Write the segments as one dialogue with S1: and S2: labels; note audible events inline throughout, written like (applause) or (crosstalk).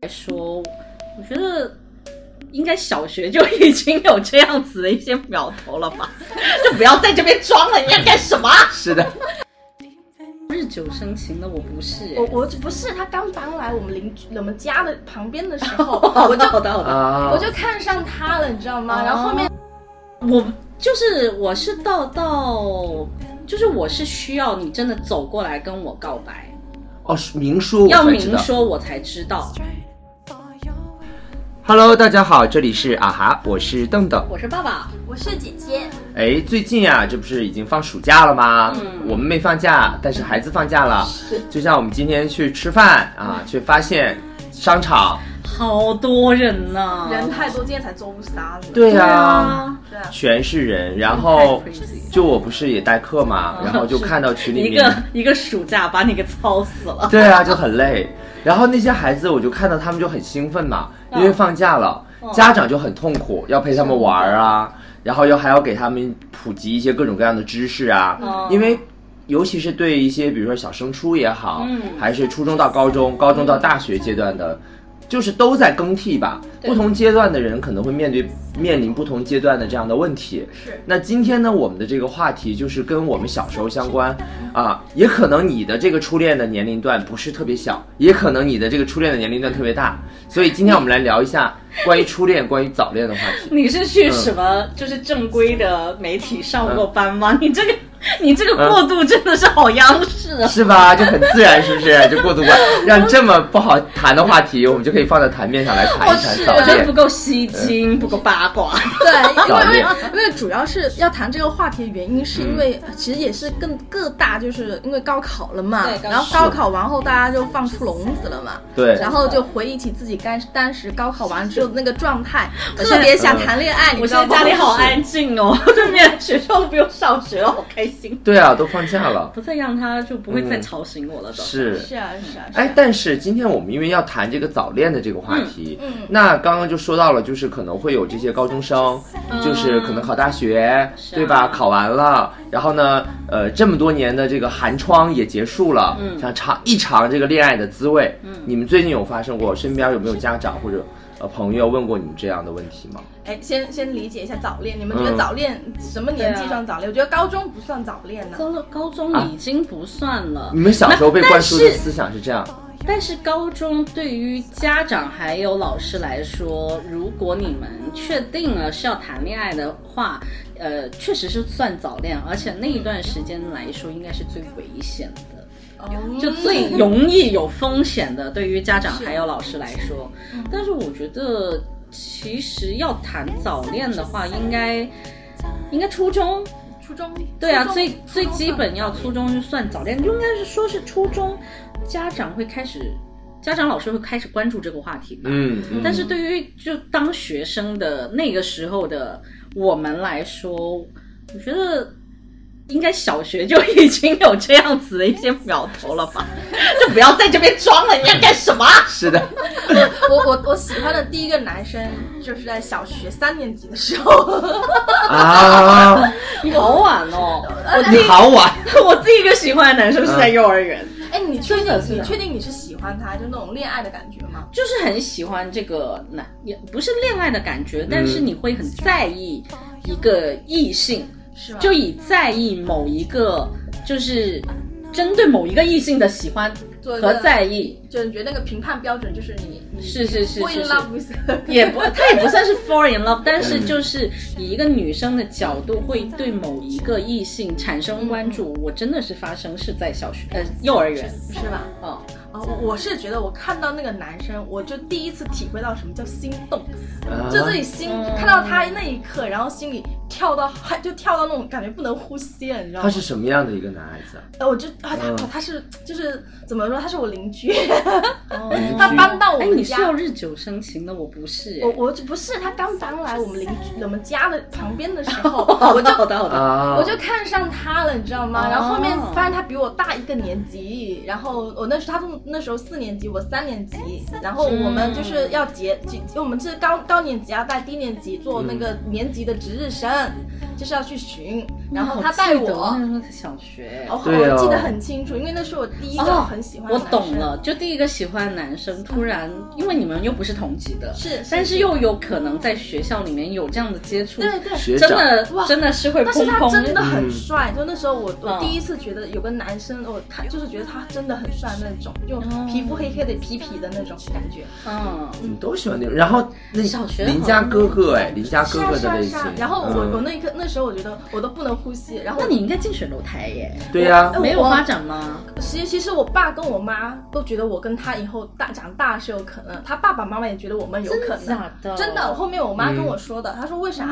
S1: 来说，我觉得应该小学就已经有这样子的一些苗头了吧？ (laughs) 就不要在这边装了，你要干什么？啊 (laughs)
S2: 是的，
S1: 日久生情的我不是、欸
S3: 我，我不是他刚搬来我们邻居我们家的旁边的时候，
S1: 好
S3: 我
S1: 的
S3: 就
S1: 好的好的，
S2: 啊，
S3: 我就看上他了，你知道吗？然后后面
S1: 我就是我是到到，就是我是需要你真的走过来跟我告白，
S2: 哦，是明说我
S1: 要
S2: 才知
S1: 明
S2: 道。
S1: 说我才知道。
S2: Hello，大家好，这里是啊哈，我是邓邓。
S1: 我是爸爸，
S3: 我是姐姐，
S2: 哎，最近啊，这不是已经放暑假了吗？
S1: 嗯
S2: 我们没放假，但是孩子放假了。
S3: 是
S2: 就像我们今天去吃饭啊，
S1: 嗯
S2: 却发现商场，
S1: 好多人呐、
S3: 人太多，今天才周仨呢。
S2: 对
S1: 对
S2: 呀、
S1: 啊，
S3: 对啊，
S2: 全是人。然后
S1: 太 crazy 了
S2: 就我不是也代课嘛，然后就看到群里
S1: (laughs) 一
S2: 面
S1: 个一个暑假把你给操死了。
S2: 对啊，就很累。然后那些孩子，我就看到他们就很兴奋嘛，因为放假了，家长就很痛苦，要陪他们玩儿啊，然后又还要给他们普及一些各种各样的知识啊，
S1: 嗯
S2: 因为。尤其是对一些，比如说小升初也好，
S1: 嗯
S2: 还是初中到高中、高中到大学阶段的，就是都在更替吧。不同阶段的人可能会面对面临不同阶段的这样的问题。
S3: 是
S2: 那今天呢，我们的这个话题就是跟我们小时候相关啊，也可能你的这个初恋的年龄段不是特别小，也可能你的这个初恋的年龄段特别大，所以今天我们来聊一下关于初恋、关于早恋的话题。
S1: 你是去什么就是正规的媒体上过班吗？你这个你这个过渡真的是好央视啊！
S2: 是吧？就很自然，是不是？ (laughs) 就过度关，让这么不好谈的话题，我们就可以放到台面上来 (laughs) 谈一谈
S1: 我
S2: 早
S1: 觉得不
S2: 恋。
S1: 够吸睛，不够八卦。
S3: 嗯
S2: 早
S3: (laughs) 对，因为
S2: 恋
S3: 因为因为主要是要谈这个话题的原因，是因为其实也是更各大就是因为高考了嘛
S1: 对，高考
S3: 然后高考完后大家就放出笼子了嘛，
S2: 对
S3: 然后就回忆起自己当当时高考完之后的那个状态，特别想谈恋爱，
S1: 我
S3: 你知
S1: 现
S3: 道
S1: 在
S3: 吗
S1: 家里好安静哦，对面学校都不用上学了，好开心。
S2: 对啊，都放假了。
S1: 不再让他就不会再吵醒我了都。
S2: 是
S3: 是啊是啊，是啊
S2: 哎，但是今天我们因为要谈这个早恋的这个话题，嗯，那刚刚就说到了，就是可能会有这些高中生，就是可能考大学，
S1: 是啊
S2: 对吧？考完了，然后呢，呃，这么多年的这个寒窗也结束了，嗯，想尝一尝这个恋爱的滋味。嗯，你们最近有发生过，身边有没有家长或者呃朋友问过你们这样的问题吗？
S3: 哎，先先理解一下早恋，你们觉得
S2: 嗯
S3: 早恋什么年纪
S1: 对啊
S3: 算早恋？我觉得高中不算早恋呢。
S1: 高高中已经不算了，
S2: 你们小时候被
S1: 那
S2: 灌输的
S1: 但是
S2: 思想是这样，
S1: 但是高中对于家长还有老师来说，如果你们确定了是要谈恋爱的话，呃，确实是算早恋，而且那一段时间来说，应该是最危险的。
S3: 哦
S1: 就最容易有风险的，对于家长还有老师来说。但是我觉得，其实要谈早恋的话，应该应该初中，
S3: 初中
S1: 对啊，
S3: 初中
S1: 最
S3: 初中
S1: 最基本要
S3: (laughs) 算
S1: 初中就算早恋，应该是说是初中，家长会开始，家长老师会开始关注这个话题吧。
S2: 嗯，嗯
S1: 但是对于就当学生的那个时候的我们来说，我觉得应该小学就已经有这样子的一些苗头了 (laughs) 吧？就不要在这边装了，你要干什么？
S2: 是
S3: (laughs)
S2: 的，
S3: 我我我喜欢的第一个男生就是在小学三年级的时候，
S2: 啊，
S1: 你好晚哦！
S3: 呃
S1: 我
S2: 你
S1: 第
S2: 好晚。
S1: (laughs) 我第一个喜欢的男生是在幼儿园，
S3: (laughs) 哎，你确定
S1: 是的
S3: 你确定你是喜欢他，就那种恋爱的感觉吗？
S1: 就是很喜欢这个男，也不是恋爱的感觉，但是你会很在意一个异性。
S3: 是吗？
S1: 就以在意某一个，就是针对某一个异性的喜欢
S3: 做一
S1: 和
S3: 个
S1: 在意，
S3: 就你觉得那个评判标准就是你你
S1: 是是是
S3: fall
S1: 是
S3: in
S1: 是
S3: love with
S1: 也不，他也不算是 fall in love，但是就是以一个女生的角度，会对某一个异性产生关注。我真的是发生是在小学，呃，幼儿园，
S3: (laughs) 是吧？
S1: 哦，
S3: 哦，我我是觉得我看到那个男生，我就第一次体会到什么叫心动，
S2: 啊
S3: 就自己心
S1: 嗯
S3: 看到他那一刻，然后心里跳到还就跳到那种感觉不能呼吸了，你知道
S2: 他
S3: 吗？
S2: 是什么样的一个男孩子啊？
S3: 呃，我就啊，他
S2: 嗯
S3: 他是就是怎么说？他是我邻居，
S2: 邻居啊
S3: 他搬到我
S1: 哎，
S3: 们
S1: 你是
S3: 家。
S1: 要日久生情的，我不是、
S3: 我
S1: 哎
S3: (laughs) 我就不是他刚搬来我们邻居我们家的旁边的时
S2: (laughs)
S3: 候，
S1: 好
S3: 我
S1: 的 (laughs)
S3: 就
S1: 好的好的，
S2: 啊，
S3: 我就看上他了，你知道吗？
S1: 哦
S3: 然后后面发现他比我大一个年级，然后我那时候他那时候四年级，我哎三年级，然后我们就是要结，结我们啊嗯是高高年级要带低年级做那个年级的值日生，就是要去巡，哦然后他带
S1: 我
S3: 我
S1: 那，时候在小学。
S3: 哦，好
S2: 对哦
S3: 我记得很清楚，因为那是我第一个很喜欢的
S1: 啊哦我
S3: 男生嗯
S1: 懂，了，就第一个喜欢的男生突然，因为你们又不是同级的，
S3: 是是
S1: 但是又有可能在学校里面有这样的接触，
S3: 对对。
S2: 学
S1: 真
S2: 长，
S1: 的
S3: 哇
S1: 真的是会
S3: 但是
S1: 砰
S3: 他
S1: 砰
S3: 真的
S2: 嗯
S3: 很帅，就那时候我我
S1: 嗯
S3: 第一次觉得有个男生，我他就是觉得他真的很帅那种，就
S1: 哦
S3: 皮肤黑黑的、痞痞的那种感觉。
S1: 嗯，
S2: 你都喜欢那种。然后那
S1: 小学
S2: 邻家哥哥哎，邻家哥哥
S3: 是
S2: 的
S3: 啊
S2: 类
S3: 是
S2: 型
S3: 啊是啊。然后我、我
S2: 嗯
S3: 那一刻那时候我觉得我都不能呼吸，然后
S1: 那你应该进水楼台耶，
S2: 对呀、啊
S3: 哎我
S1: 没有发展吗？
S3: 其实其实我爸跟我妈都觉得我跟他以后大长大是有可能，他爸爸妈妈也觉得我们有可能。
S1: 假的？
S3: 真的，我后面我妈跟我说的，她说为啥？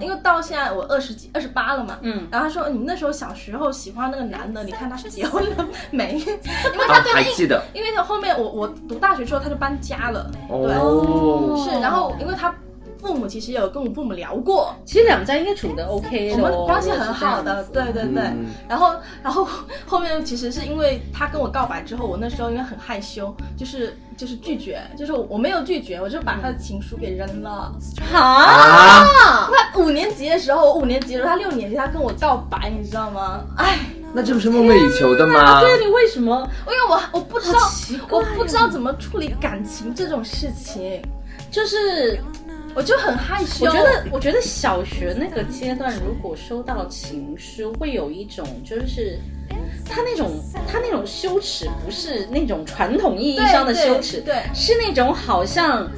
S3: 因为到现在我二十几、二十八了嘛，
S1: 嗯
S3: 然后她说你那时候小时候喜欢那个男的，你看他结婚了没？因为
S2: 啊
S3: 他对他
S2: 还
S3: 印，
S2: 记得
S3: 因为他后面我我读大学之后他就搬家了，
S2: 哦，
S3: 是，然后因为他父母其实也有跟我父母聊过，
S1: 其实两家应该处的 OK
S3: 哎我
S1: 的哦、
S3: 们关系很好
S1: 如
S3: 的，
S1: 果是
S3: 对
S1: 这样子
S3: 对对。
S2: 嗯
S3: 然后，然后后面其实是因为他跟我告白之后，我那时候因为很害羞，就是就是拒绝，就是我没有拒绝，我就把他的情书给扔了。啊
S1: 好，
S2: 啊
S3: 他五年级的时候，我五年级的时候，他六年级，他跟我告白，你知道吗？哎，
S2: 那这不是梦寐以求的吗？
S1: 对啊，你为什么？
S3: 因为我我不知道
S1: 好奇怪
S3: 我
S1: 哦
S3: 不知道怎么处理感情这种事情，
S1: 就是
S3: 我就很害羞。
S1: 我觉得，我觉得小学那个阶段，如果收到情书，会有一种就是。他那种，他那种羞耻，不是那种传统意义上的
S3: 对
S1: 羞耻，
S3: 对对
S1: 是那种好像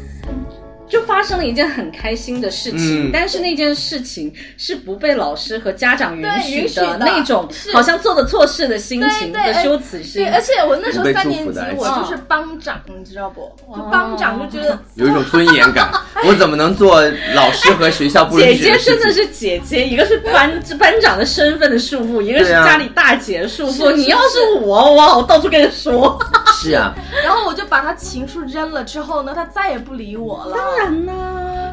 S1: 就发生了一件很开心的事情，
S2: 嗯
S1: 但是那件事情是不被老师和家长允
S3: 对
S1: 许
S3: 允许的
S1: 那种
S3: 是
S1: 好像做的错事的心情
S3: 对对
S1: 的
S3: 哎
S1: 羞耻心
S3: 对，，而且我那时
S2: 不
S3: 候
S2: 被
S3: 三
S2: 祝
S3: 年
S2: 福
S3: 级
S2: 的哎爱，情
S3: 我就是
S1: 啊
S3: 班长，你知道不？就
S1: 哦
S3: 班长就觉得
S2: 有一种尊严感，我怎么能做老师和学校不允
S1: 姐
S2: 许
S1: 姐
S2: 事
S1: 真的
S2: 情？
S1: 是姐姐，一个是班班长的身份的束缚，一个是
S2: 对啊
S1: 家里大姐的束缚。
S3: 是
S1: 你要
S3: 是
S1: 是我，哇，我到处跟人说。
S2: 是啊，
S3: 然后我就把他情书扔了之后呢，他再也 (laughs) 不理我了。
S1: 当然啦，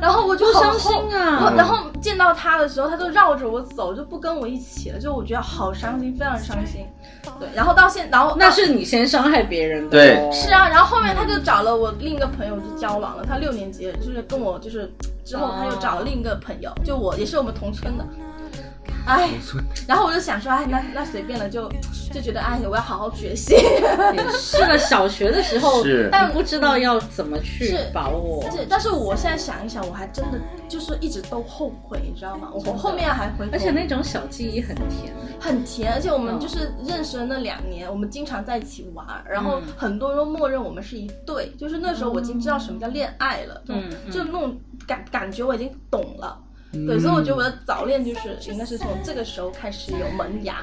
S3: 然后我就
S1: 多
S3: 好
S1: 伤心啊
S3: 我然后见到他的时候，他就绕着我走，就不跟我一起了。就我觉得好伤心，非常伤心。对，然后到现，然后
S1: 那
S3: 到
S1: 是你先伤害别人的、
S2: 对
S3: 是，啊，然后后面他就找了我另一个朋友就交往了。他六年级就是跟我就是之后
S1: 哦
S3: 他又找了另一个朋友，就我也是我们同村的。哎，然后我就想说，哎，那那随便了，就就觉得，哎，我要好好学习。
S1: 也是了。小学的时候，
S2: 是
S1: 但不知道要怎么去
S3: 是
S1: 把握。
S3: 是， (laughs) 但是我现在想一想，我还真的就是一直都后悔，你知道吗？我我后面还回头，
S1: 而且那种小记忆很甜，
S3: 很甜，而且我们
S1: 嗯
S3: 就是认识的那两年，我们经常在一起玩儿，然后
S1: 嗯
S3: 很多人都默认我们是一对，就是那时候我已经知道什么叫恋爱了，就
S1: 嗯嗯
S3: 就那种感感觉我已经懂了。对，所以我觉得我的早恋就是应该是从这个时候开始有萌芽。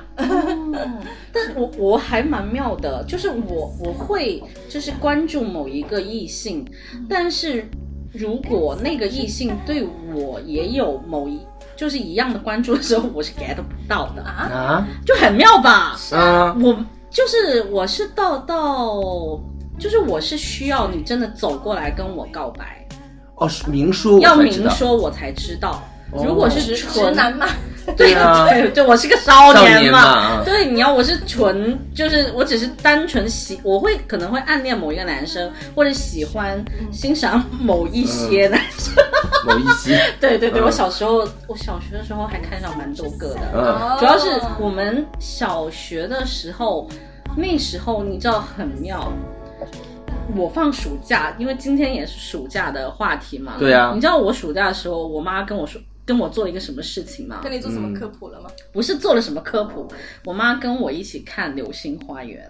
S1: 但我我还蛮妙的，就是我我会就是关注某一个异性，但是如果那个异性对我也有某一就是一样的关注的时候，我是 get 不到的，
S3: 啊
S2: 啊，
S1: 就很妙吧？
S2: 嗯，
S1: 我就是我是到到就是我是需要你真的走过来跟我告白，
S2: 哦，是明说我
S1: 要
S2: 才知
S1: 明
S2: 道，
S1: 说我才知道。
S2: 哦
S1: 如果
S3: 直
S1: 是
S3: 直
S1: 纯
S3: 男嘛，
S2: 对
S1: (laughs)
S2: 啊，
S1: 对对，我是个少
S2: 少年
S1: 年
S2: 嘛啊
S1: 对，你要我是纯，就是我只是单纯喜，我会可能会暗恋某一个男生，或者喜欢欣赏某一些男生。
S2: 某一期，
S1: (laughs) 对对对，
S2: 嗯
S1: 我小时候，我小学的时候还看上蛮多个的，
S2: 嗯，
S1: 主要是
S3: 哦
S1: 我们小学的时候，那时候你知道很妙。我放暑假，因为今天也是暑假的话题嘛。
S2: 对啊
S1: 你知道我暑假的时候，我妈跟我说，跟我做了一个什么事情吗？
S3: 跟你做什么科普了吗？
S1: 不是做了什么科普，我妈跟我一起看《流星花园》，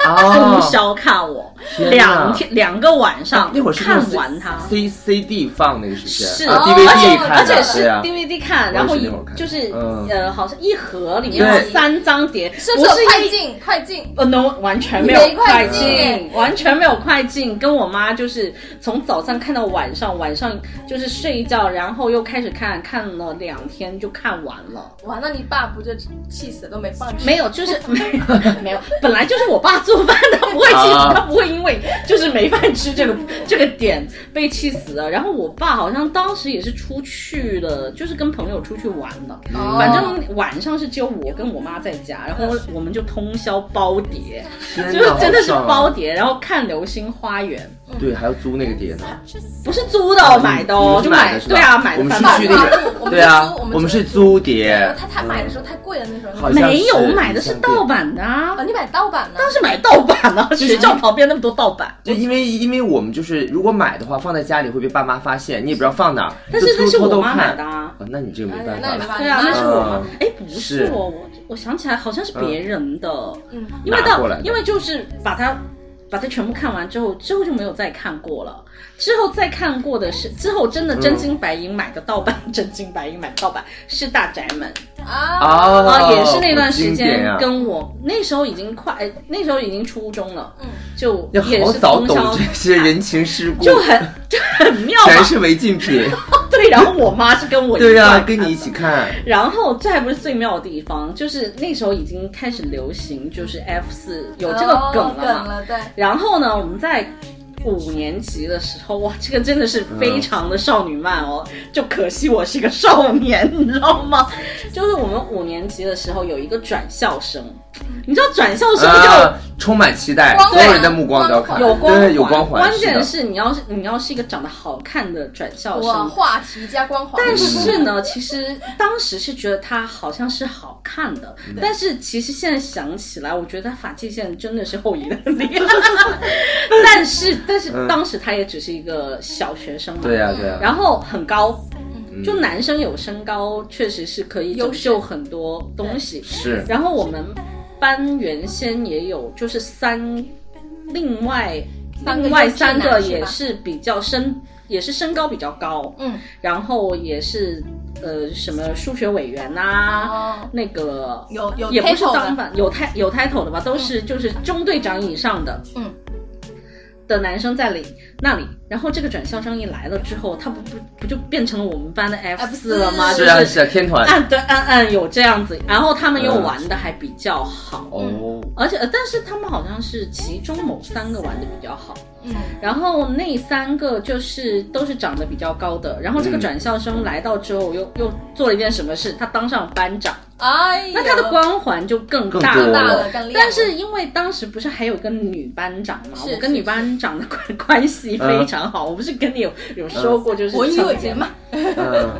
S1: 通
S2: 哦，
S1: 宵看我
S2: 天哪
S1: 两天两个晚上，
S2: 那会儿是
S1: 看完它。
S2: C C D 放那个时间，
S1: 是，哦
S2: 啊
S1: 而
S2: DVD
S1: 且
S2: 看的，
S1: 而且是
S2: 对啊
S1: DVD 看，
S2: 我也
S1: 然后
S2: 是
S1: 一
S2: 那会儿看
S1: 就是
S2: 嗯
S1: 呃，好像一盒里面有
S2: 对
S1: 三张碟，
S3: 是
S1: 不
S3: 不是快
S1: 是一
S3: 进快进？
S1: 呃，no，完全没有
S3: 没
S1: 快
S3: 快
S1: 进
S3: 进，
S1: 完全没有快进。跟我妈就是从早上看到晚上，晚上就是睡一觉，然后又开始看，看了两天就看完了。
S3: 哇，那你爸不就气死了都没放
S1: (laughs)
S3: 弃？
S1: 没有，就是没有，没有，本来就是我爸做饭的，不会气死，
S2: 啊
S1: 他不会因为就是没饭吃这个这个点被气死的。然后我爸好像当时也是出去了，就是跟朋友出去玩了，
S2: 嗯
S3: 哦
S1: 反正晚上是只有我跟我妈在家，然后我我们就通宵包碟，
S2: 天
S1: 就是
S2: 哪，
S1: 真的是
S2: 嗯好爽啊
S1: 包碟，然后看《流星花园》。
S2: 对，还要租那个碟呢。
S1: 不是租的，买的
S2: 啊你
S1: 哦，
S2: 们是
S1: 就
S2: 买的是吧
S1: 对啊，买的
S2: 我们
S1: 翻
S2: 是
S1: 版
S2: 去
S1: 的
S2: 那
S3: 我们
S2: 个，
S3: 是
S2: 对啊
S3: 租，
S2: 我
S3: 我
S2: 们
S3: 们
S2: 是
S3: 是
S2: 租
S3: 租
S2: 碟，
S3: 他他买的时候太贵了，那时
S2: 好
S3: 候
S2: 像
S1: 没有
S2: 是
S1: 买的是盗版的啊
S3: 啊，，你买盗版的
S1: 当，时买盗版啊，
S2: 是
S1: 学校旁边那么多盗版。
S2: 就因为因为我们就是如果买的话，放在家里会被爸妈发现，你也不知道放哪儿，
S1: 但是
S2: 就
S1: 那是
S2: 偷偷
S1: 我妈买
S2: 看
S1: 的。啊，
S2: 哦那你这个没
S3: 哎
S2: 办
S3: 那
S2: 法了。
S3: 也没办
S1: 对啊，那是我妈
S2: 嗯。
S1: 哎，不是
S2: 是
S1: 我，我我想起来好像是别人的，
S3: 嗯，
S1: 因为
S2: 拿过
S1: 到
S2: 来的
S1: 因为就是把它把它全部看完之后，之后就没有再看过了。之后再看过的是之后真的真金白银买的盗版，真金白银买的盗版是《大宅门》。
S3: 啊，
S2: 啊
S1: 啊，也是那段时
S2: 经典
S1: 间
S2: 啊
S1: 跟我那时候已经快，哎那时候已经初中了，
S3: 嗯
S1: 就
S2: 要
S1: 也
S2: 好
S1: 是
S2: 早
S1: 通
S2: 懂
S1: 宵
S2: 这，些人情世故，
S1: (laughs) 就很就很妙
S2: 全
S1: 嘛。
S2: 是违禁
S1: (laughs)
S2: 品。
S1: 对，然后我妈是跟我
S2: 对
S1: 呀、
S2: 呀，跟你一起。看，
S1: 然后这还不是最妙的地方，就是那时候已经开始流行，就是 F 四有这个
S3: 哦
S1: 梗
S3: 梗
S1: 了嘛。
S3: 了，对，
S1: 然后呢，我们在五年级的时候，哇，这个真的是非常的少女漫哦。就可惜我是一个少年，你知道吗？就是我们五年级的时候有一个转校生，你知道转校生
S2: 啊
S1: 就。，
S2: 充满期待，
S3: 光
S2: 所
S3: 环
S2: 有人的目光都要看，
S1: 有光环，
S2: 对，有光环。
S1: 关键
S2: 是
S1: 是你要是你要是一个长得好看的转校
S3: 哇，
S1: 生，
S3: 话题加光环，
S1: 但是呢，其实当时是觉得他好像是好看的，但是其实现在想起来，我觉得他发际线真的是后移的很厉害。但是，但是当时他也只是一个小学生嘛，
S2: 的，对啊呀，对呀。
S1: 然后很高，就男生有身高确实是可以
S3: 优
S1: 拯
S3: 势
S1: 救很多东西。
S2: 是
S1: 然后我们班原先也有，就是三，另外
S3: 三个
S1: 另外
S3: 优质
S1: 三个
S3: 男是吧
S1: 也是比较身，也是身高比较高，
S3: 嗯，
S1: 然后也是呃什么数学委员呐、
S3: 哦
S1: 那个
S3: 有有
S1: 也不是
S3: title 的
S1: 当反有 t 有 title 的吧，都是就是中队长以上的，
S3: 嗯。
S1: 的男生在里那里，然后这个转校生一来了之后，他不不不就变成了我们班的 F 四了吗？
S2: 是
S1: 就哎
S2: 啊，是啊，嗯天团。
S1: 暗对暗暗有这样子，然后他们又玩的还比较好，
S2: 哦，
S1: 而且呃但是他们好像是其中某三个玩的比较好，
S3: 嗯，
S1: 然后那三个就是都是长得比较高的，然后这个
S2: 嗯
S1: 转校生来到之后又、又做了一件什么事，他当上班长，
S3: 哎呦，
S1: 那他的光环就更
S2: 更
S1: 大
S2: 多
S3: 大
S1: 了。
S3: 了，更亮了
S1: 但是因为当时不是还有个女班长嘛，
S3: 是
S1: 我
S3: 是嗯
S1: 跟女班长的关关系非常好，我不是跟你有有说过就是
S3: 文艺
S1: 曾
S3: 委
S1: 经
S3: 员嘛，
S2: 嗯，
S1: (laughs)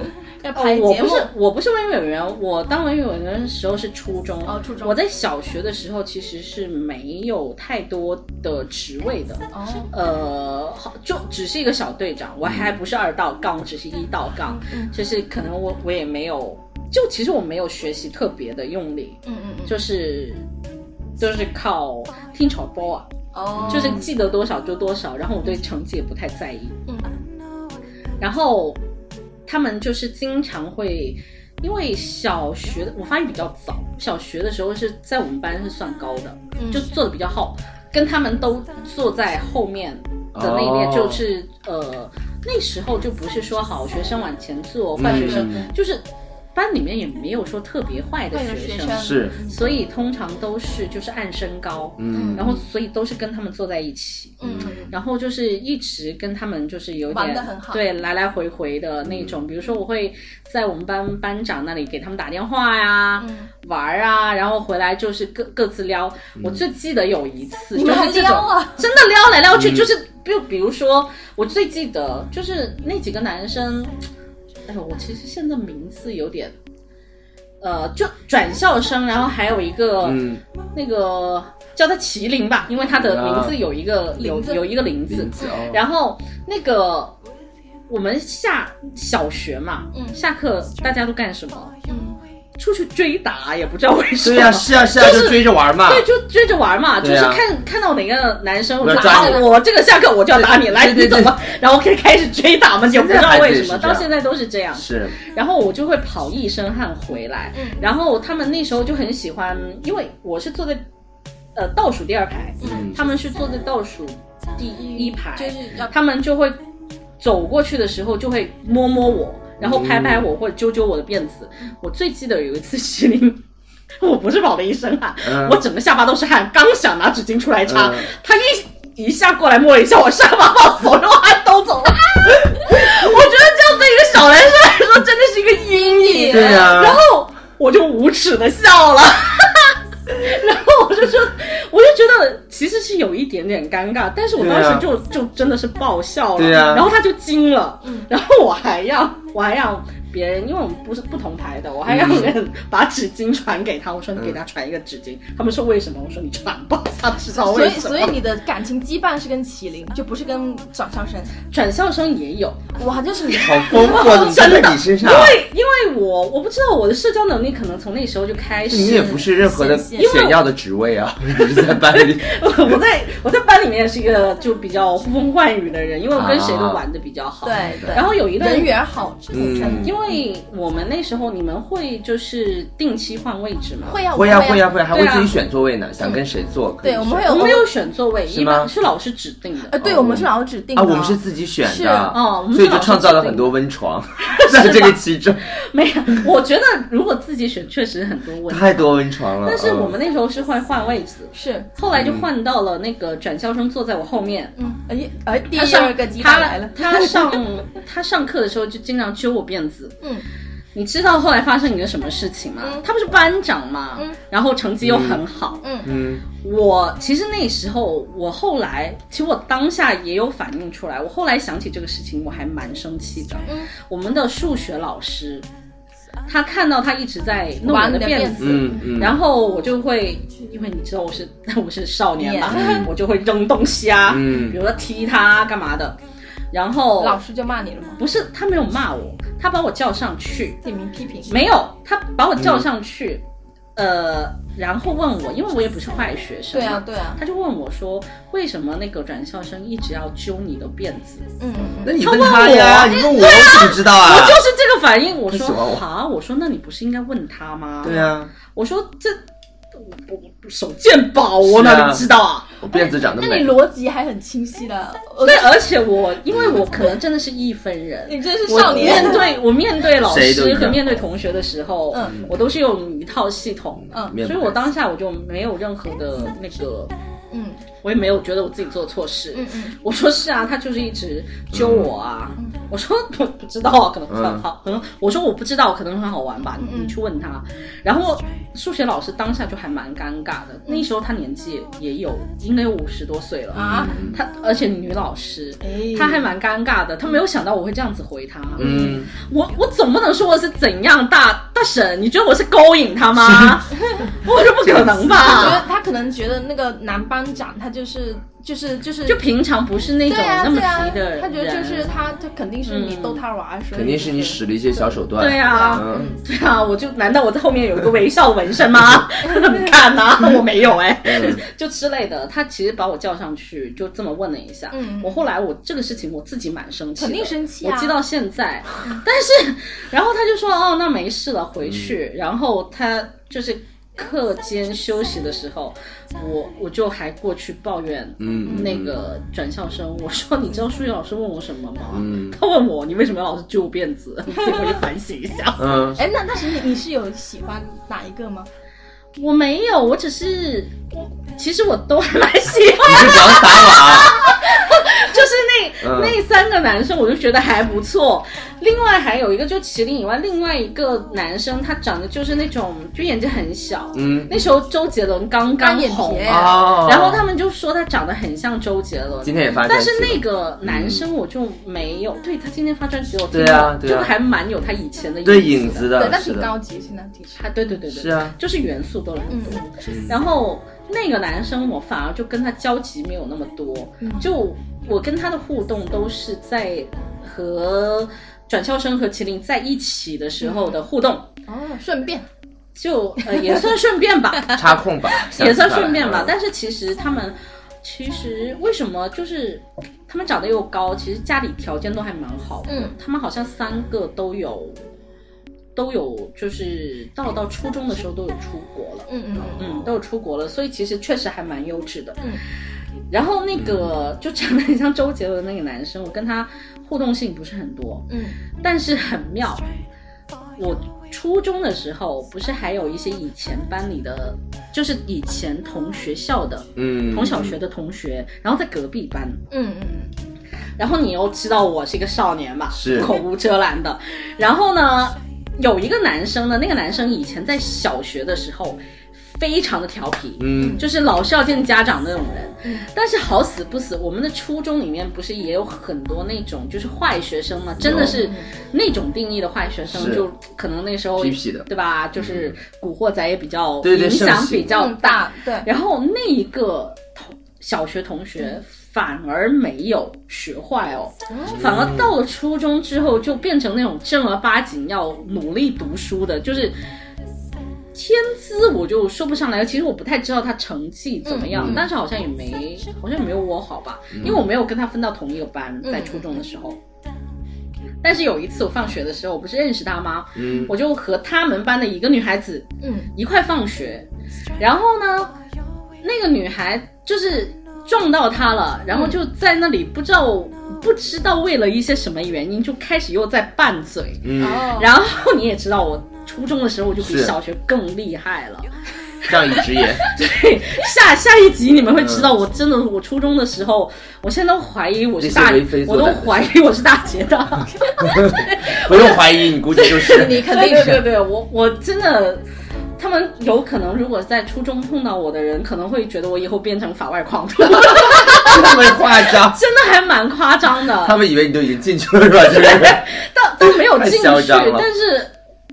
S3: 要
S1: 哦
S3: 拍，
S1: 我
S3: 节
S1: 不
S3: 目，
S1: 是我不是文艺委员，我当文艺委员的时候是初中。
S3: 哦初中
S1: 我在小学的时候其实是没有太多的职位的，
S3: 哦，
S1: 呃，好就只是一个小队长，我还不是二道杠，我只是一道杠，就是可能我我也没有，就其实我没有学习特别的用力，
S3: 嗯嗯嗯，
S1: 就是就是靠听潮播啊，
S3: 哦，
S1: 就是记得多少就多少，然后我对成绩也不太在意。
S3: 嗯，
S1: 然后他们就是经常会，因为小学的我发育比较早，小学的时候是在我们班是算高的，
S3: 嗯
S1: 就坐的比较好，跟他们都坐在后面的那一列，
S2: 哦
S1: 就是、呃那时候就不是说好学生往前坐，坏学生、
S2: 嗯
S1: 就是班里面也没有说特别坏的
S3: 会有
S1: 学
S3: 学
S1: 生。
S3: 生
S2: 是，
S1: 所以通常都是就是按身高，
S2: 嗯，
S1: 然后所以都是跟他们坐在一起，
S3: 嗯嗯
S1: 然后就是一直跟他们就是有
S3: 玩
S1: 点
S3: 得很好
S1: 对来来回回的
S2: 嗯
S1: 那种。比如说我会在我们班班长那里给他们打电话呀、
S3: 嗯，
S1: 玩儿啊，然后回来就是各各自撩。
S2: 嗯
S1: 我最记得有一次
S3: 你
S1: 就
S3: 们还
S1: 是这
S3: 撩
S1: 种
S3: 啊？
S1: 真的撩来撩去，
S2: 嗯
S1: 就是就比如说我最记得就是那几个男生，哎呦，我其实现在名字有点。呃，就转校生，然后还有一个、
S2: 嗯，
S1: 那个叫他麒麟吧，因为他的名字有一个、有
S3: 林字
S1: 有一个林字
S2: 啊林。子哦，
S1: 然后那个我们下小学嘛，
S3: 嗯
S1: 下课大家都干什么？
S3: 嗯，
S1: 出去追打，也不知道为什么。
S2: 对呀，是啊，是啊，
S1: 就是
S2: 就追着玩嘛。
S1: 对，就追着玩嘛，就
S2: 对
S1: 是
S2: 啊
S1: 看看到哪个男生，我
S2: 我
S1: 就
S2: 要
S1: 啊
S2: 抓你，
S1: 我这个下课我就要打你，来
S2: 对对
S1: 你怎么？然后可以开始追打嘛，也不知道为什么，
S2: 现在还是这样
S1: 到现在都是这样。
S2: 是，
S1: 然后我就会跑一身汗回来。
S3: 嗯
S1: 然后他们那时候就很喜欢，因为我是坐在呃倒数第二排，
S2: 嗯，
S1: 他们是坐在倒数第一排，
S3: 嗯就是要
S1: 他们就会走过去的时候就会摸摸我，然后拍拍我或者揪揪我的辫子。我最记得有一次麒麟 (laughs) 我不是跑了一啊身汗，
S2: 嗯
S1: 我整个下巴都是汗，刚想拿纸巾出来擦，
S2: 嗯
S1: 他一一下过来摸了一下我下巴，把所有汗都
S2: (laughs)
S1: 走了。我觉得这样对一个小男生来说真的是一个阴影。
S2: 对呀
S1: 然后我就无耻的笑了。 (laughs) 然后我就说，我就觉得其实是有一点点尴尬，但是我当时就、就真的是爆笑了。
S2: 对呀
S1: 然后他就惊了，
S3: 嗯
S1: 然后我还让我还让别人，因为我们不是不同牌的，我还让人
S3: 嗯
S1: (laughs) 把纸巾传给他，我说你给他传一个纸巾，他们说为什么？我说你传吧，他知道
S3: 所
S1: 为
S3: 以，
S1: 什么。
S3: 嗯所以你的感情羁绊是跟麒麟，就不是跟转校生。
S1: 转校生也有，
S3: 哇，就是你
S2: 好丰富啊，怎么
S1: 真
S2: 都
S1: 的
S2: 在你身上？
S1: 因为因为我我不知道我的社交能力可能从那时候就开始，
S2: 你也不是任何的
S3: 显现
S2: 显要的职位啊， (laughs) 你是在班里。
S1: (laughs) 我在我在班里面是一个就比较呼风唤雨的人，因为我跟谁都玩的比较好。
S3: 对对，
S1: 然后有一段
S3: 人缘好，
S2: 嗯
S1: 因为我们那时候你们会就是定期换位置吗？
S3: 会呀
S2: 会呀会呀
S3: 呀。
S2: 会呀，还会
S1: 对啊
S2: 自己选座位呢，想跟谁坐可以
S3: 对我们会
S2: 选
S1: 我
S3: 有
S1: 们没有选座位，
S2: 是
S1: 一般
S2: 吗
S1: 是老师指定的。
S3: 呃，对，我们是老师指定的
S2: 哦啊，我们是自己选
S3: 是
S2: 的，
S1: 哦我们是
S2: 所以就
S1: 老师
S2: 创造了
S1: 指定
S2: 很多温
S1: (laughs)
S2: 床，在这个其中
S1: 没有， (laughs) 我觉得如果自己选确实很多问题，
S2: 太多温床了。
S1: 但是我
S2: 嗯
S1: 们那时候是会换位置，
S3: 是，
S1: 后来就换到了那个转校生坐在我后面。
S3: 嗯，哎哎，第
S1: 他上
S3: 二个羁绊来了，
S1: 他他
S3: (laughs)
S1: 上他上课的时候就经常揪我辫子，
S3: 嗯，
S1: 你知道后来发生一个什么事情吗？他不是班长嘛，
S3: 嗯
S1: 然后成绩又很好，
S2: 嗯，
S1: 我其实那时候，我后来，其实我当下也有反应出来。我后来想起这个事情，我还蛮生气的。
S3: 嗯
S1: 我们的数学老师，他看到他一直在弄我
S3: 玩
S1: 的
S3: 你的
S1: 辫
S3: 辫
S1: 子，
S3: 子
S2: 嗯嗯
S1: 然后我就会，因为你知道我是 (laughs) 我是少年嘛，
S3: 嗯
S1: 我就会扔东西啊，
S2: 嗯
S1: 比如说踢他干嘛的。然后
S3: 老师就骂你了吗？
S1: 不是他没有骂我，他把我叫上去，
S3: 点名批评，
S1: 没有，他把我叫上去，呃，然后问我，因为我也不是坏学生
S3: (laughs) 对
S1: 嘛，
S3: 啊对啊，
S1: 他就问我说，为什么那个转校生一直要揪你的辫子？
S3: 嗯嗯
S2: 那你问他呀，
S1: 他
S2: 你问我，我怎么知道啊？
S1: 我就是这个反应，我
S2: 他
S1: 说
S2: 喜欢我
S1: 啊，我说那你不是应该问他吗？
S2: 对啊呀，
S1: 我说这我我手贱宝，我哪里知道啊？
S2: 我辫子长得
S3: 嗯，那你
S2: 美，
S3: 逻辑还很清晰的，我
S2: 啊
S1: 对，而且我因为我可能真的是一分人，
S3: 你真是
S1: 我
S3: 少年
S1: 面，对我面对老
S2: 谁都一
S1: 师
S2: 样
S1: 和面对同学的时候，
S3: 嗯
S1: 我都是用一套系统，
S3: 嗯
S2: 面
S1: 所以我当下我就没有任何的那个，
S3: 嗯
S1: 我也没有觉得我自己做错事。
S3: 嗯嗯，
S1: 我说是啊，他就是一直揪我啊。我说我不知道啊，可能很好，可能我说我不知道，可能很好玩
S3: 嗯
S1: 吧，你去问他。然后数学老师当下就还蛮尴尬的，
S3: 嗯
S1: 那时候他年纪也有应该有五十多岁了
S3: 啊。
S1: 他而且女老师，
S3: 哎
S1: 他还蛮尴尬的，他没有想到我会这样子回他。
S2: 嗯，
S1: 我我总不能说我是怎样大大婶，你觉得我是勾引他吗？ (laughs) 我说不可能
S3: 他觉
S1: 吧，
S3: 得他可能觉得那个男班长他就是就是就是
S1: 就平常不是那种
S3: 对啊
S1: 那么
S3: 对啊
S1: 皮的人，
S3: 他觉得就是他他肯定是你
S1: 嗯
S3: 逗他玩儿，所以
S2: 肯定是你
S3: 就是
S2: 使了一些小手段。
S1: 对啊，
S2: 嗯，
S1: 对 (laughs) 啊，我就难道我在后面有一个微笑纹身
S3: (laughs)
S1: 吗？ (laughs) 你看呐、我没有哎、
S2: 嗯
S1: (laughs) 就之类的。他其实把我叫上去，就这么问了一下。
S3: 嗯
S1: 我后来我这个事情我自己蛮生气的，
S3: 肯定生气啊嗯
S1: 我记到现在。但是，然后他就说哦，那没事了，回去。然后他就是。课间休息的时候，我我就还过去抱怨，
S2: 嗯
S1: 那个转校生，我说你知道数学老师问我什么吗？
S2: 嗯
S3: 嗯
S1: 他问我你为什么要老是揪辫子，
S3: (laughs)
S1: 你自己回去反省一下。
S2: 嗯，
S3: 哎，那当时你你是有喜欢哪一个吗？
S1: 我没有，我只是，我其实我都还蛮喜欢，
S3: (laughs)
S2: 你是讲啥娃？
S1: 就是那、
S2: 嗯
S1: 那三个男生，我就觉得还不错。另外还有一个，就麒麟以外，另外一个男生他长得就是那种，就眼睛很小，
S2: 嗯
S1: 那时候周杰伦刚刚
S3: 单眼皮
S1: 红，啊
S2: 哦，
S1: 然后他们就说他长得很像周杰伦。
S2: 今天也发
S1: 但
S2: 专
S1: 是
S2: 辑了，
S1: 那个男生我就没有，对他今天发专辑我听
S2: 嗯对啊
S1: 了
S2: 对啊
S1: 就还蛮有他以前的
S2: 对影子
S1: 的，
S3: 对，
S2: 的，呃
S3: 但
S2: 是
S3: 挺
S2: 的，
S3: 高级，现在挺是
S1: 啊，对对对对，
S2: 是啊
S1: 就是元素都来自
S3: 嗯
S1: 然后那个男生，我反而就跟他交集没有那么多，就我跟他的互动都是在和转校生和麒麟在一起的时候的互动，
S3: 哦，顺便
S1: 就呃也算顺便吧，
S2: 插空吧，
S1: (laughs) 也算顺便吧。但
S2: 是
S1: 是其实他们，其实为什么就是他们长得又高，其实家里条件都还蛮好的。
S3: 嗯
S1: 他们好像三个都有，都有就是到到初中的时候都有出国了。
S3: 嗯嗯
S1: 嗯，都有出国了，所以其实确实还蛮优质的。
S3: 嗯，
S1: 然后那
S2: 嗯
S1: 个就长得很像周杰伦的那个男生，我跟他互动性不是很多，
S3: 嗯
S1: 但是很妙。我初中的时候，不是还有一些以前班里的，就是以前同学校的，
S2: 嗯，
S1: 同小学的同学，然后在隔壁班，
S3: 嗯嗯
S1: 然后你又知道我是一个少年吧，
S2: 是
S1: 口无遮拦的。然后呢，有一个男生呢，那个男生以前在小学的时候非常的调皮，
S2: 嗯，
S1: 就是老是要见家长那种人。但是好死不死，我们的初中里面不是也有很多那种就是坏学生嘛，真的是那种定义的坏学生，
S2: 是
S1: 就可能那时候
S2: 痞痞的嗯
S1: 对吧？就是古惑仔也比较
S2: 对对
S1: 影响
S2: 盛行
S1: 比较
S3: 嗯
S1: 大，
S3: 对，
S1: 然后那一个同小学同学
S2: 嗯
S1: 反而没有学坏哦，反而到了初中之后就变成那种正儿八经要努力读书的，就是。天资我就说不上来，其实我不太知道他成绩怎么样，
S2: 嗯嗯
S1: 但是好像也没，好像没有我好吧，因为我没有跟他分到同一个班，
S2: 嗯
S1: 在初中的时候。但是有一次我放学的时候，我不是认识他吗？
S2: 嗯
S1: 我就和他们班的一个女孩子
S3: 嗯
S1: 一块放学，然后呢，那个女孩就是撞到他了，然后就在那里不知道不知道为了一些什么原因，就开始又在拌嘴。
S2: 嗯，
S3: 哦，
S1: 然后你也知道，我初中的时候我就比
S2: 是
S1: 小学更厉害了。
S2: 这样一
S1: (laughs)
S2: 直也，
S1: 对，下下一集你们会知道，我真的我初中的时候，我现在都怀疑我是大
S2: 那些为非，作
S1: 我都
S2: 歹的事
S1: 怀疑我是大姐大。
S2: 不用怀疑，你估计
S1: (laughs)
S2: 就是
S3: 你肯定
S1: 对对
S3: 是，
S1: 对，我我真的，他们有可能如果在初中碰到我的人，可能会觉得我以后变成法外狂徒， (laughs)
S2: 那么夸张，
S1: 真的还蛮夸张的，
S2: 他们以为你都已经进去了是吧？这个人，
S1: 但但没有进去，
S2: 太嚣张了
S1: 但是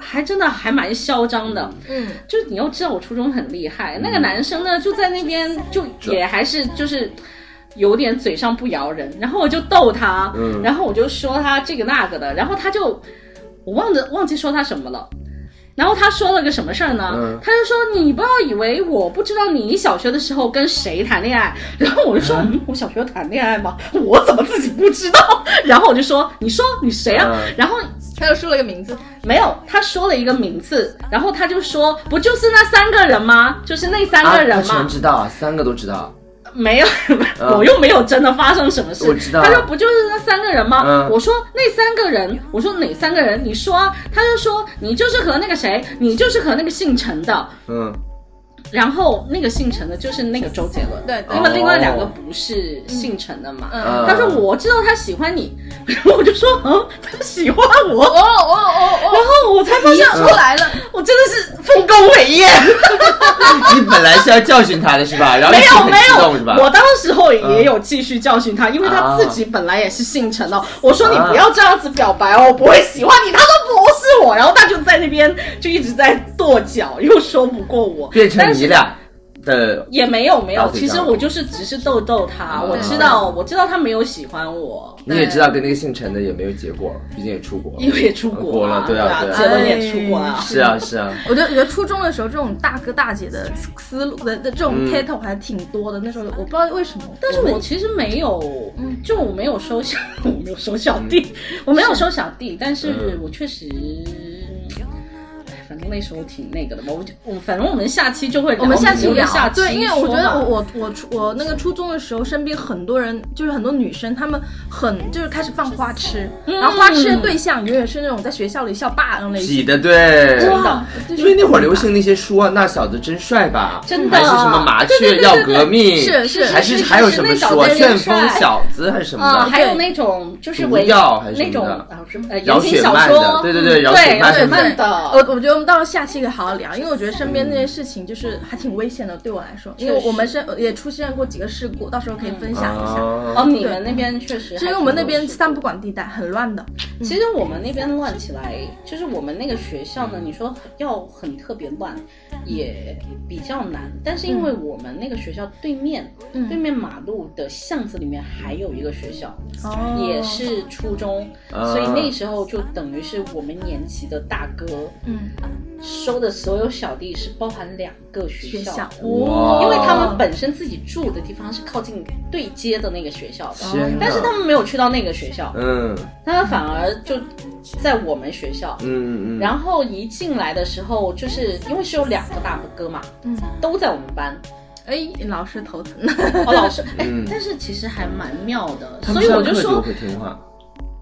S1: 还真的还蛮嚣张的。
S3: 嗯
S1: 就是你又知道我初中很厉害，
S2: 嗯
S1: 那个男生呢就在那边就也还是就是有点嘴上不饶人，然后我就逗他，
S2: 嗯
S1: 然后我就说他这个那个的，然后他就我忘了忘记说他什么了。然后他说了个什么事儿呢？
S2: 嗯
S1: 他就说你不要以为我不知道你小学的时候跟谁谈恋爱。然后我就说、嗯，我小学谈恋爱吗？我怎么自己不知道？ (laughs) 然后我就说你说你谁啊？
S2: 嗯
S1: 然后
S3: 他又说了个名字，
S1: 没有，他说了一个名字，然后他就说不就是那三个人吗？就是那三个人
S2: 啊他
S1: 吗？
S2: 全知道，三个都知道，
S1: 没有， (laughs) 我又没有真的发生什么事。
S2: 我知道
S1: 他说不就是那三个人吗？
S2: 啊嗯
S1: 我说那三个人，我说哪三个人？你说啊。他就说你就是和那个谁，你就是和那个姓陈的，
S2: 嗯，
S1: 然后那个姓陈的就是那个周杰伦，
S3: 对对
S1: 那么另外两个
S2: 哦
S1: 不是姓陈的嘛？
S3: 嗯，
S1: 他说我知道他喜欢你， (laughs) 然后我就说嗯，他喜欢我，
S3: 哦哦哦
S1: 然
S3: 哦，
S1: 后我才发
S3: 你
S1: 现
S3: 出来了，
S1: (laughs) 我真的是丰功伟业，
S2: 你本来是要教训他的是吧？然后
S1: 没
S2: 啊你
S1: 有
S2: 很
S1: 没
S2: 激动是吧嗯啊
S1: 有，？我当时候也有继续教训他，因为他自己本来也是姓陈的。我说你不要这样子表白哦，我不会喜欢你。他说不是我，然后他就在那边就一直在跺脚，又说不过我，
S2: 变成
S1: 但是
S2: 你俩的，
S1: 也没有没有
S2: 打，嘴
S1: 其
S2: 仗
S1: 实我就是只是逗逗他，我知道我知道他没有喜欢我，
S2: 你也知道跟那个姓陈的也没有结果，毕竟也出国
S1: (laughs)
S2: 了，
S1: 因为也出国
S2: 了，对啊对
S1: 啊，
S2: 啊
S1: 结婚也出国了
S3: 哎。
S2: 是啊是啊，
S3: 我觉得，我觉得初中的时候，这种大哥大姐的思路的的这种
S2: 嗯
S3: title 还挺多的。那时候我不知道为什么，
S1: 但是我其实没有，
S2: 嗯
S1: 就我没有收小， (laughs) 我没有收小弟， (laughs) 我没有收小弟，但是
S2: 嗯
S1: 我确实，哎反正那时候挺那个的吧。我就我反正我们下期就会聊，
S3: 我们下期
S1: 留着
S3: 聊
S1: 下。期
S3: 对，因为我
S1: 说
S3: 觉
S1: 吧
S3: 得我我我初我那个初中的时候，身边很多人就是很多女生，她们很就是开始放花痴，然后花痴的对象永远是那种在学校里校霸那种类型。
S2: 挤的对，
S3: 哇
S2: 因为那会儿流行那些书啊，那小子真帅吧，
S1: 真的
S2: 还是什么麻
S3: 对对
S2: 雀
S3: 对
S2: 要
S3: 对对
S2: 革命，
S3: 是是
S2: 还
S1: 是
S2: 还有什么
S1: 是那
S2: 书啊，
S1: 种
S2: 旋
S1: 真
S2: 风
S1: 帅
S2: 小子还是什么
S1: 啊，
S2: 的，
S1: 还有那种就是
S2: 毒
S1: 为
S2: 药还是什
S1: 那
S2: 么
S1: 种
S2: 的
S1: 啊什么呃言
S2: 饶
S1: 情
S2: 雪
S1: 小
S2: 漫的
S1: 说，，嗯
S2: 对对对，饶雪
S1: 对饶
S2: 漫
S1: 雪
S2: 什么
S1: 漫
S2: 的，
S1: 的，
S3: 我我觉得我们到了下期可以好好聊，因为我觉得身边那些事情就是还挺危险的，对我来说，因为我们身也出现过几个事故，到时候可以分享一下。
S1: 哦，
S2: 啊，
S1: 你们那边确实还挺多，
S3: 是因为我们那边三不管地带很乱的，
S1: 其实我们那边乱起来，就是我们那个学校
S3: 嗯
S1: 呢，你说要很特别乱，也比较难。但是因为我们那个学校对面，
S3: 嗯
S1: 对面马路的巷子里面还有一个学校，
S3: 哦
S1: 也，是初中，
S2: 啊
S1: 所以那时候就等于是我们年级的大哥
S3: 嗯，
S1: 收的所有小弟是包含两个学
S3: 学
S1: 校
S3: 校
S1: 的，，
S2: 哇
S1: 因为他们本身自己住的地方是靠近对接的那个学校的，
S2: 天哪
S1: 但是他们没有去到那个学校，
S2: 嗯
S1: 他们反而就在我们学校。
S2: 嗯嗯，
S1: 然后一进来的时候，就是因为是有两个大哥嘛，
S3: 嗯，
S1: 都在我们班，
S3: (laughs) 哎，老师头疼，
S1: (laughs) 哦，老师，哎
S2: 嗯，
S1: 但是其实还蛮妙的，
S2: 他
S1: 所
S2: 们
S1: 以我
S2: 上
S1: 就
S2: 课嗯
S1: 说
S2: 会听话，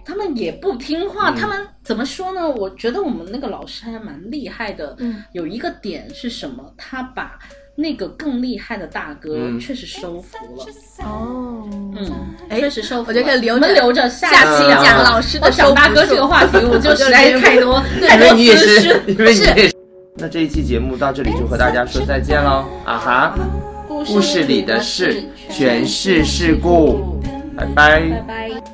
S1: 他们也不听话，他们怎么说呢？我觉得我们那个老师还蛮厉害的。
S3: 嗯，
S1: 有一个点是什么？他把那个更厉害的大哥
S2: 嗯
S1: 确实收服了，
S3: 哎哦，
S1: 嗯，
S3: 哎
S1: 确实收服了。
S3: 我觉得可以留着
S1: 我们留着下
S2: 下期
S1: 讲
S2: 讲
S1: 了。
S3: 老师
S1: 我
S3: 的
S1: 讲
S3: 收
S1: 大哥这个话
S3: (laughs)
S1: 题，我就实在太
S2: (laughs)
S1: 多太
S2: 因为
S1: 多
S2: 你也
S1: 私
S2: 是
S1: 事，。
S2: 因为你也是。那这一期节目到这里就和大家说再见喽，啊哈！故事里的事全是事故，拜拜
S1: 拜拜。